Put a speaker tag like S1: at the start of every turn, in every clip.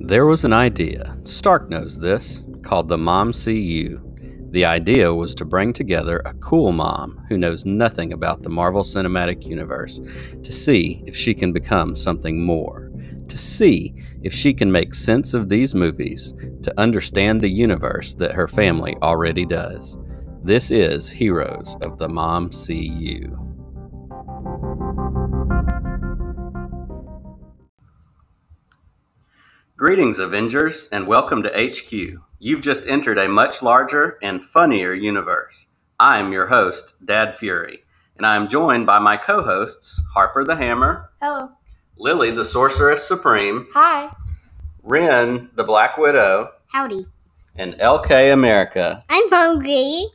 S1: There was an idea, Stark knows this, called the Mom CU. The idea was to bring together a cool mom who knows nothing about the Marvel Cinematic Universe to see if she can become something more, to see if she can make sense of these movies, to understand the universe that her family already does. This is Heroes of the Mom CU. Greetings, Avengers, and welcome to HQ. You've just entered a much larger and funnier universe. I'm your host, Dad Fury, and I'm joined by my co hosts, Harper the Hammer,
S2: Hello.
S1: Lily the Sorceress Supreme,
S2: Hi.
S1: Ren the Black Widow,
S2: Howdy.
S1: and LK America.
S2: I'm hungry.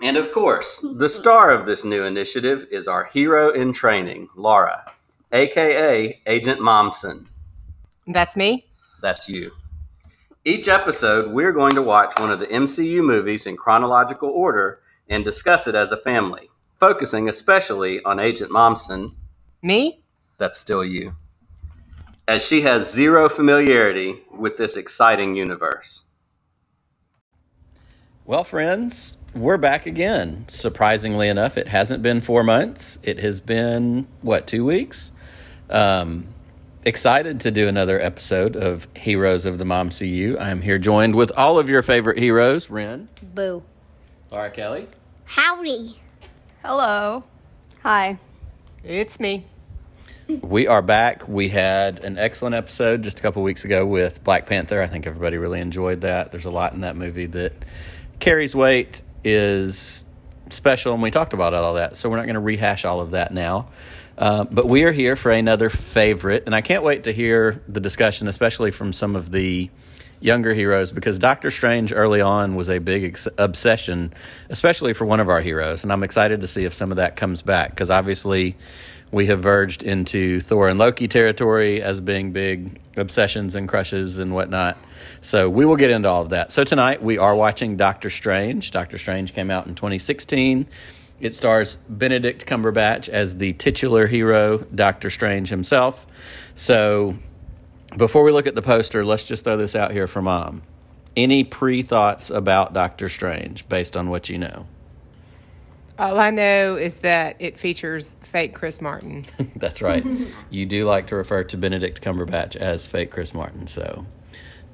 S1: And of course, the star of this new initiative is our hero in training, Laura, aka Agent Momsen.
S3: That's me.
S1: That's you. Each episode, we're going to watch one of the MCU movies in chronological order and discuss it as a family, focusing especially on Agent Momsen.
S3: Me?
S1: That's still you. As she has zero familiarity with this exciting universe. Well, friends, we're back again. Surprisingly enough, it hasn't been four months. It has been, what, two weeks? Um, excited to do another episode of Heroes of the Mom CU. I'm here joined with all of your favorite heroes Ren,
S2: Boo.
S1: Laura Kelly,
S2: Howdy.
S3: Hello.
S2: Hi.
S3: It's me.
S1: We are back. We had an excellent episode just a couple weeks ago with Black Panther. I think everybody really enjoyed that. There's a lot in that movie that carries weight, is special, and we talked about all that. So we're not going to rehash all of that now. Uh, but we are here for another favorite, and I can't wait to hear the discussion, especially from some of the younger heroes, because Doctor Strange early on was a big ex- obsession, especially for one of our heroes. And I'm excited to see if some of that comes back, because obviously we have verged into Thor and Loki territory as being big obsessions and crushes and whatnot. So we will get into all of that. So tonight we are watching Doctor Strange. Doctor Strange came out in 2016. It stars Benedict Cumberbatch as the titular hero, Doctor Strange himself. So before we look at the poster, let's just throw this out here for mom. Any pre thoughts about Doctor Strange based on what you know?
S3: All I know is that it features fake Chris Martin.
S1: That's right. you do like to refer to Benedict Cumberbatch as fake Chris Martin, so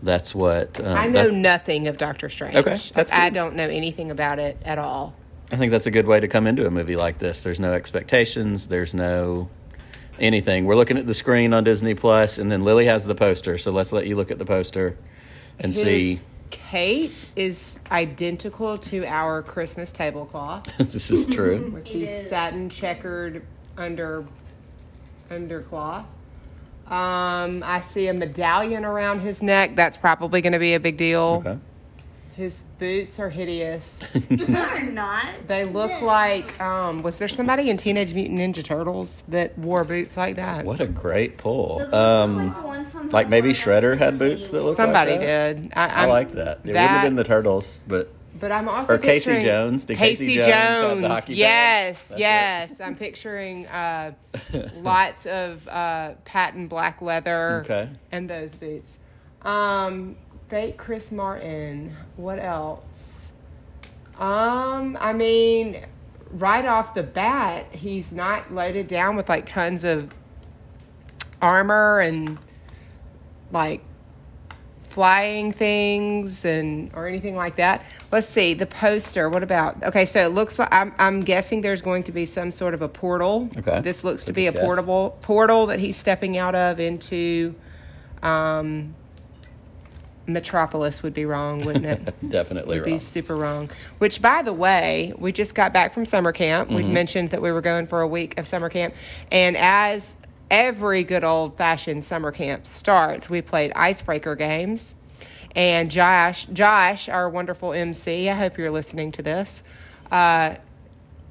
S1: that's what um,
S3: I know
S1: that-
S3: nothing of Doctor Strange.
S1: Okay, that's
S3: I
S1: good.
S3: don't know anything about it at all.
S1: I think that's a good way to come into a movie like this. There's no expectations. There's no anything. We're looking at the screen on Disney Plus, and then Lily has the poster. So let's let you look at the poster and see.
S3: His Kate is identical to our Christmas tablecloth
S1: this is true.
S3: with the satin checkered under undercloth. Um, I see a medallion around his neck. That's probably going to be a big deal.
S1: Okay.
S3: His boots are hideous.
S2: Or not.
S3: They look like um, was there somebody in Teenage Mutant Ninja Turtles that wore boots like that?
S1: What a great pull. Um,
S2: Um,
S1: like maybe Shredder had boots that looked
S3: Somebody
S1: like that.
S3: did. I,
S1: I
S3: I'm-
S1: like that. It wouldn't have been the Turtles, but
S3: But I'm also
S1: or Casey
S3: picturing-
S1: Jones. Did Casey
S3: Casey
S1: Jones have the
S3: Jones.
S1: hockey pads?
S3: yes,
S1: That's it.
S3: yes. I'm picturing uh, lots of uh, patent black leather
S1: Okay.
S3: and those boots. Um, fake Chris Martin. What else? Um, I mean, right off the bat, he's not loaded down with like tons of armor and like flying things and or anything like that. Let's see the poster. What about? Okay, so it looks like I'm, I'm guessing there's going to be some sort of a portal.
S1: Okay.
S3: this looks
S1: Good
S3: to be a
S1: guess.
S3: portable portal that he's stepping out of into. Um, Metropolis would be wrong, wouldn't it?
S1: Definitely
S3: be
S1: wrong.
S3: super wrong. Which, by the way, we just got back from summer camp. We've mentioned that we were going for a week of summer camp. And as every good old fashioned summer camp starts, we played icebreaker games. And Josh, Josh, our wonderful MC, I hope you're listening to this, uh,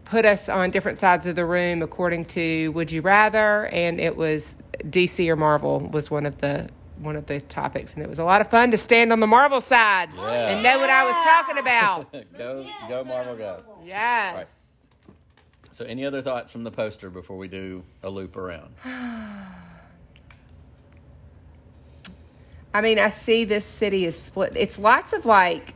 S3: put us on different sides of the room according to Would You Rather, and it was DC or Marvel was one of the one of the topics, and it was a lot of fun to stand on the Marvel side and know what I was talking about.
S1: Go, go, Marvel, go.
S3: yes.
S1: Right. So, any other thoughts from the poster before we do a loop around?
S3: I mean, I see this city is split. It's lots of like,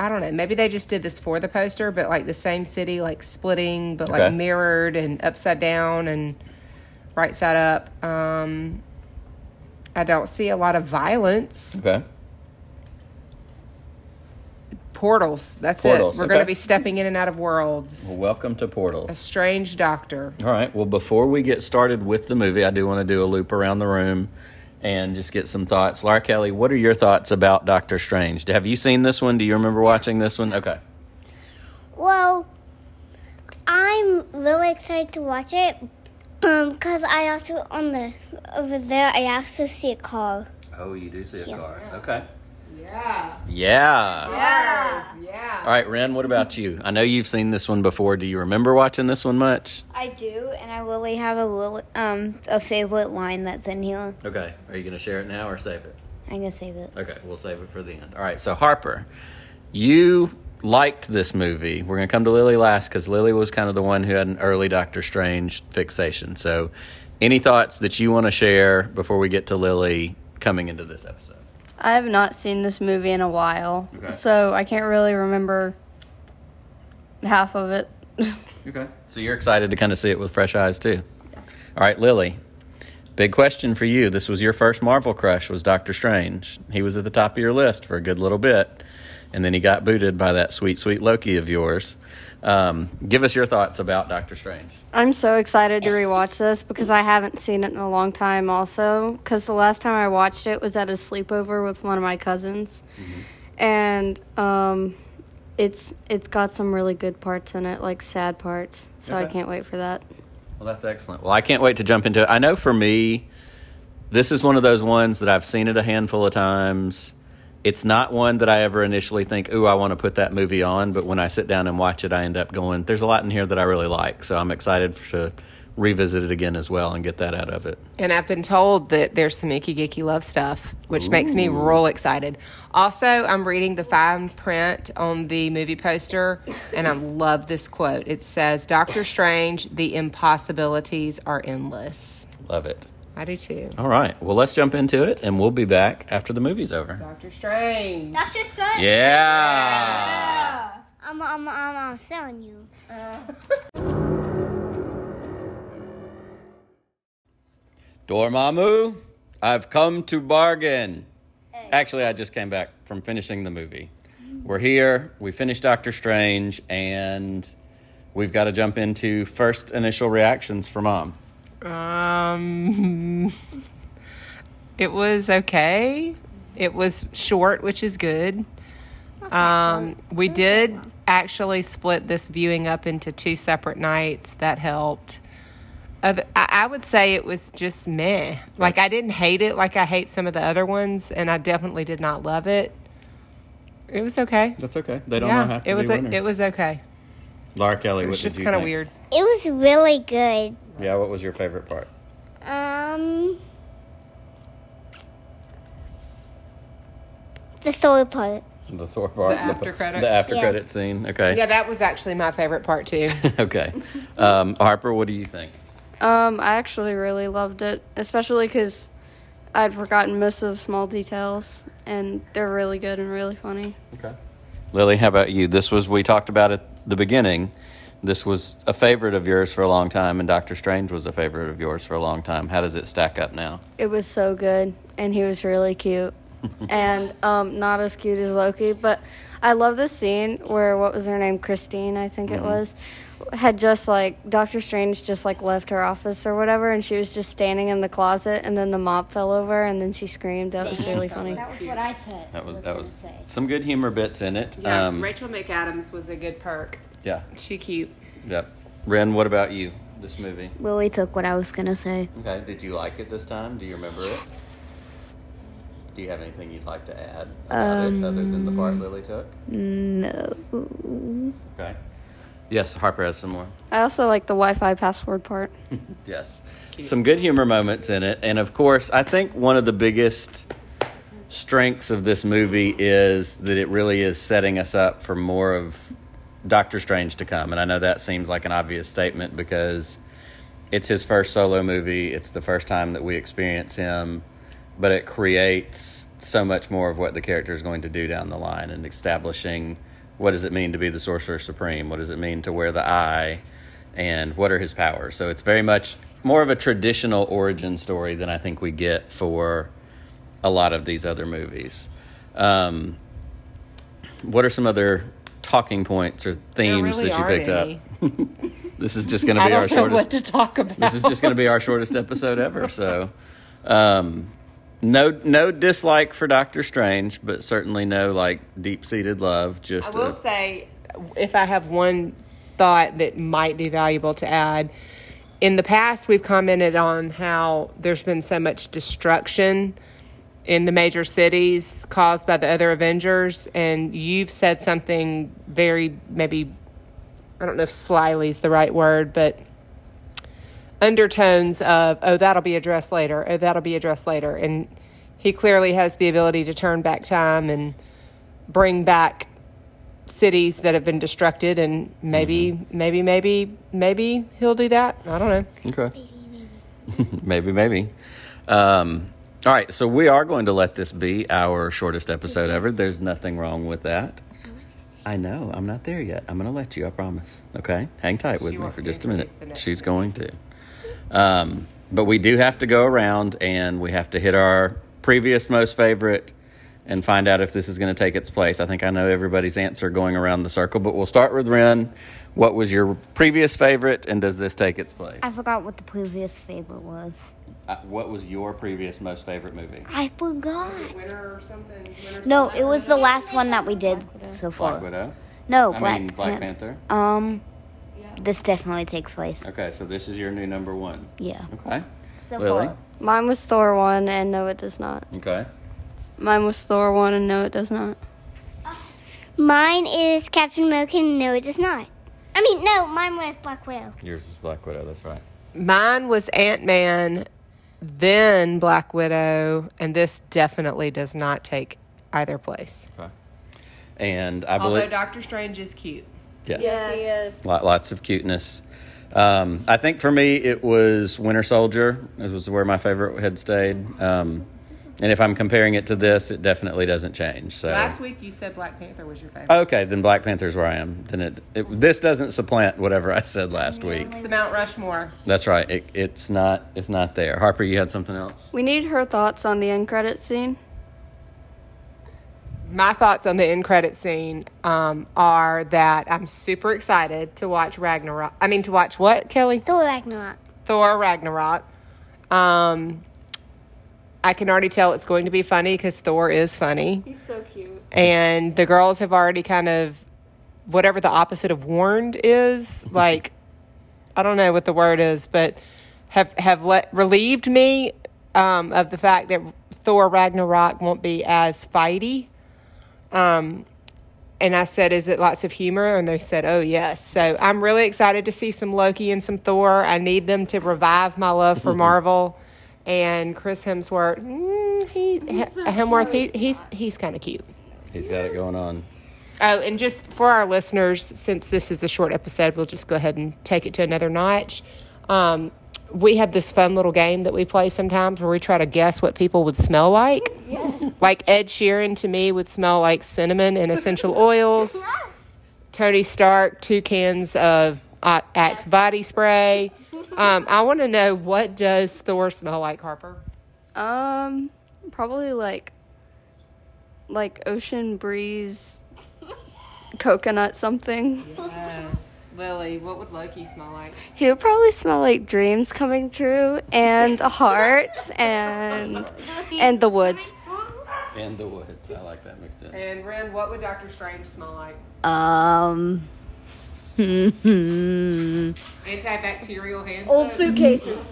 S3: I don't know, maybe they just did this for the poster, but like the same city, like splitting, but like
S1: Okay.
S3: mirrored and upside down and right side up. Um, I don't see a lot of violence.
S1: Okay.
S3: Portals. That's
S1: Portals,
S3: it. We're going to
S1: okay.
S3: be stepping in and out of worlds.
S1: Welcome to
S3: A
S1: Portals.
S3: strange doctor.
S1: All right. Well, before we get started with the movie, I do want to do a loop around the room and just get some thoughts. Laura Kelly, what are your thoughts about Doctor Strange? Have you seen this one? Do you remember watching this one? Okay.
S2: Well, I'm really excited to watch it. Um, cause I also on the over there, I also see a car.
S1: Oh, you do see a car. Okay. Yeah. Yeah.
S3: Yeah.
S1: All right, Ren, what about you? I know you've seen this one before. Do you remember watching this one much?
S2: I do, and I really have a little um a favorite line that's in here.
S1: Okay. Are you going to share it now or save it?
S2: I'm gonna save it.
S1: Okay, we'll save it for the end. All right, so Harper, you liked this movie. We're going to come to Lily last because Lily was kind of the one who had an early Doctor Strange fixation. So, any thoughts that you want to share before we get to Lily coming into this episode?
S4: I have not seen this movie in a while,
S1: Okay.
S4: so I can't really remember half of it.
S1: Okay. So, you're excited to kind of see it with fresh eyes, too. All right, Lily, big question for you. This was your first Marvel crush, was Doctor Strange. He was at the top of your list for a good little bit, and then he got booted by that sweet, sweet Loki of yours. Um, give us your thoughts about Doctor Strange.
S4: I'm so excited to rewatch this because I haven't seen it in a long time, also. Because the last time I watched it was at a sleepover with one of my cousins,
S1: Mm-hmm.
S4: and um, it's it's got some really good parts in it, like sad parts. So I
S1: Okay.
S4: can't wait for that.
S1: Well, that's excellent. Well, I can't wait to jump into it. I know for me, this is one of those ones that I've seen it a handful of times. It's not one that I ever initially think, ooh, I want to put that movie on. But when I sit down and watch it, I end up going, there's a lot in here that I really like. So I'm excited to revisit it again as well and get that out of it.
S3: And I've been told that there's some icky gicky love stuff, which makes me real excited. Also, I'm reading the fine print on the movie poster, and I love this quote. It says, Doctor Strange, the impossibilities are endless.
S1: Love it.
S3: I do too.
S1: All right. Well, let's jump into it and we'll be back after the movie's over.
S3: Doctor Strange.
S2: Doctor Strange.
S1: Yeah.
S2: I'm I'm I'm, I'm selling you.
S1: Dormammu, I've come to bargain. Actually, I just came back from finishing the movie. We're here. We finished Doctor Strange, and we've got to jump into first initial reactions for Mom.
S3: Um, it was okay. It was short, which is good. Um, we did actually split this viewing up into two separate nights. That helped. Oth- I I would say it was just meh. Like I didn't hate it, like I hate some of the other ones, and I definitely did not love it. It was okay.
S1: That's okay. They don't
S3: Yeah, it was a, it was okay.
S1: Laura Kelly.
S3: It was just kind of weird.
S2: It was really good.
S1: Yeah. What was your favorite part?
S2: Um, the solar part.
S1: The Thor part.
S3: The after credit.
S1: The after
S2: Yeah.
S1: credit scene. Okay.
S3: Yeah, that was actually my favorite part too.
S1: okay. Um, Harper, what do you think?
S4: Um, I actually really loved it, especially because I'd forgotten most of the small details, and they're really good and really funny.
S1: Okay. Lily, how about you? This was we talked about at the beginning. This was a favorite of yours for a long time, and Doctor Strange was a favorite of yours for a long time. How does it stack up now?
S4: It was so good, and he was really cute, and um, not as cute as Loki. But I love this scene where what was her name, Christine, I think it was, had just like Doctor Strange just like left her office or whatever, and she was just standing in the closet, and then the mop fell over, and then she screamed. That was really funny.
S2: was what I said.
S1: That was that was some good humor bits in it.
S3: Yeah,
S1: um,
S3: Rachel McAdams was a good perk.
S1: yeah,
S3: She cute.
S1: yep. Ren, what about you? This movie.
S2: Lily took what I was gonna say.
S1: Okay, did you like it this time? Do you remember it? Do you have anything you'd like to add about it other than the part Lily took?
S2: No.
S1: Okay. Yes, Harper has some more.
S4: I also like the Wi-Fi password part.
S1: Yes. Some good humor moments in it. And of course, I think one of the biggest strengths of this movie is that it really is setting us up for more of Doctor Strange to come. And I know that seems like an obvious statement because it's his first solo movie, it's the first time that we experience him. but it creates so much more of what the character is going to do down the line and establishing what does it mean to be the sorcerer supreme what does it mean to wear the eye and what are his powers so it's very much more of a traditional origin story than i think we get for a lot of these other movies um, what are some other talking points or themes
S3: really
S1: that you
S3: aren't
S1: picked
S3: any.
S1: up this is just going to
S3: I
S1: be our
S3: don't know
S1: shortest
S3: what to talk about.
S1: this is just going to be our shortest episode ever. So, um, no, no dislike for Doctor Strange, but certainly no like deep seated love.
S3: I
S1: Just
S3: will
S1: a-
S3: say, if I have one thought that might be valuable to add, in the past we've commented on how there's been so much destruction in the major cities caused by the other Avengers, and you've said something very maybe I don't know if slyly is the right word, but undertones of oh that'll be addressed later oh that'll be addressed later and he clearly has the ability to turn back time and bring back cities that have been destructed and maybe maybe maybe maybe he'll do that i don't know
S1: okay. maybe, maybe. Um, all right, so we are going to let this be our shortest episode ever. There's nothing wrong with that. I know. I'm not there yet. I'm going to let you. I promise. Okay. Hang tight with me
S3: wants
S1: for
S3: to
S1: just a minute.
S3: introduce the next
S1: She's going to. Um, but we do have to go around and we have to hit our previous most favorite and find out if this is going to take its place. I think I know everybody's answer going around the circle, but we'll start with Ren. What was your previous favorite and does this take its place?
S5: I forgot what the previous favorite was.
S1: Uh, what was your previous most favorite movie?
S5: I forgot.
S3: winter or something
S5: No, it was the last one that we did so
S1: Black
S5: far.
S1: Widow.
S5: No,
S1: I
S5: Black,
S1: mean Black
S5: Pan-
S1: Panther.
S5: Um, this definitely takes place.
S1: Okay, so this is your new number one.
S5: Yeah.
S1: Okay.
S5: So
S1: Lily.
S5: far.
S4: Mine was Thor 1 and no, it does not.
S1: Okay.
S4: Mine was Thor 1 and no, it does not.
S2: Mine is Captain America. No, it does not. I mean, no, mine was Black Widow.
S1: Yours is Black Widow. That's right.
S3: mine was ant-man then black widow and this definitely does not take either place
S1: Okay. And I believe
S3: doctor strange is cute
S1: yes. Lot, lots of cuteness. Um, I think for me it was Winter Soldier. It was where my favorite had stayed. Um, and if I'm comparing it to this, it definitely doesn't change. So
S3: week you said black panther was your favorite
S1: okay, then Black Panther's where I am. Then it, it this doesn't supplant whatever I said last week.
S3: the mount rushmore
S1: That's right. It, it's not. It's not there. Harper, you had something else.
S4: We need her thoughts on the end credit scene.
S3: my thoughts on the end credit scene um, are that I'm super excited to watch Ragnarok. I mean, to watch what, Kelly?
S2: Thor Ragnarok.
S3: Thor Ragnarok. Um, I can already tell it's going to be funny because Thor is funny.
S4: He's so cute.
S3: And the girls have already kind of, whatever the opposite of warned is, like, I don't know what the word is, but have, have let, relieved me um, of the fact that Thor Ragnarok won't be as fighty. Um, And I said, Is it lots of humor? And they said, Oh, yes. So I'm really excited to see some Loki and some Thor. I need them to revive my love for Marvel. And Chris Hemsworth, mm, he, Hemsworth, he, he's, he's kind of cute.
S1: He's got it going on.
S3: Oh, and just for our listeners, since this is a short episode, we'll just go ahead and take it to another notch. Um, we have this fun little game that we play sometimes where we try to guess what people would smell like. Yes. Like Ed Sheeran to me would smell like cinnamon and essential oils. Tony Stark, two cans of uh, Axe body spray. Um, I want to know what does Thor smell like, Harper?
S4: Um, probably like, like ocean breeze, coconut something.
S3: Uh, Lily, what would Loki smell like?
S4: He would probably smell like dreams coming true and hearts and and the woods.
S1: In the woods. I like that mixed in.
S3: And Ren, what would Doctor Strange smell like?
S5: Um.
S3: Antibacterial hand
S4: Old suitcases.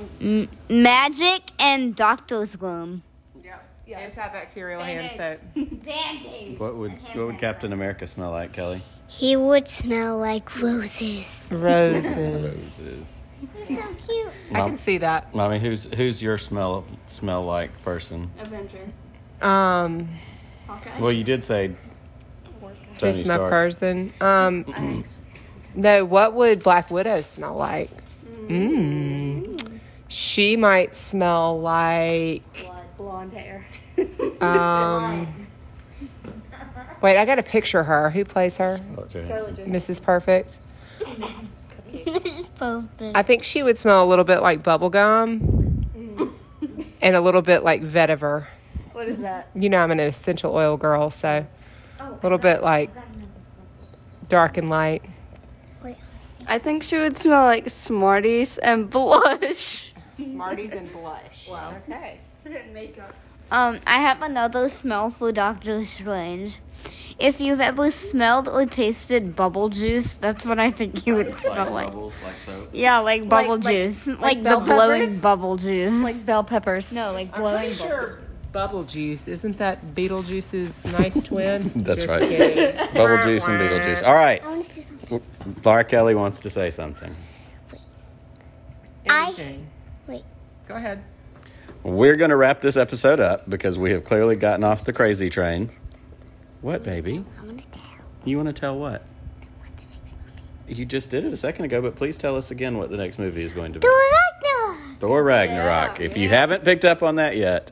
S5: Magic and Doctor's Gloom.
S3: Yep. Antibacterial hand
S4: Band-Aids.
S3: soap.
S1: What would what would Captain America smell like, Kelly?
S2: He would smell like roses.
S3: Roses.
S1: Roses.
S2: So cute.
S3: I can see that.
S1: Mommy, who's who's your smell smell like person?
S4: Adventure.
S3: Um,
S1: Well, you did say. Tony
S3: just my
S1: Stark.
S3: person. Um, no, what would Black Widow smell Mm. like? Mm. She might smell like
S4: blonde hair.
S3: Wait, I got to picture her. Who plays her? Mrs. Perfect. I think she would smell a little bit like bubblegum
S2: Mm.
S3: and a little bit like vetiver.
S4: What is that?
S3: You know, I'm an essential oil girl, so
S2: Oh,
S3: a little bit like dark and light.
S4: I think she would smell like Smarties and blush.
S3: Smarties and blush. Wow. Okay.
S5: Um, I have another smell for Doctor Strange. If you've ever smelled or tasted bubble juice, that's what I think you would smell like.
S1: like so.
S5: Yeah, like bubble
S4: like-
S5: juice, like, the
S4: bell
S5: blowing
S4: peppers?
S5: bubble juice.
S4: Like bell peppers.
S5: no, like
S3: I'm
S5: blowing.
S3: pretty sure Bubble Juice isn't that Beetlejuice's nice twin?
S1: That's
S3: Just
S1: right.
S3: kidding.
S1: Bubble juice and Beetlejuice. All right.
S2: I want to see something.
S1: Laura Kelly wants to say something.
S2: I-
S3: Anything.
S2: Wait.
S3: Go ahead.
S1: We're going to wrap this episode up because we have clearly gotten off the crazy train. What, baby?
S2: I want to tell.
S1: You want to tell what? You just did it a second ago, but please tell us again what the next movie is going to be.
S2: Arachnoid.
S1: Thor Ragnarok. if you haven't picked up on that yet,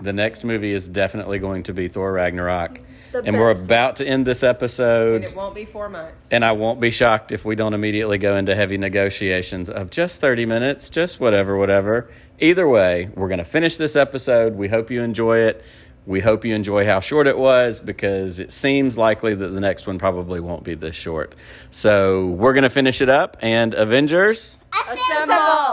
S1: the next movie is definitely going to be Thor Ragnarok. and we're about to end this
S3: And
S1: episode.
S3: it won't be four months.
S1: And I won't be shocked if we don't immediately go into heavy negotiations of just 30 minutes, just whatever, whatever. Either way, we're going to finish this episode. We hope you enjoy it. We hope you enjoy how short it was because it seems likely that the next one probably won't be this short. So we're going to finish it up. And Avengers.
S2: Assemble.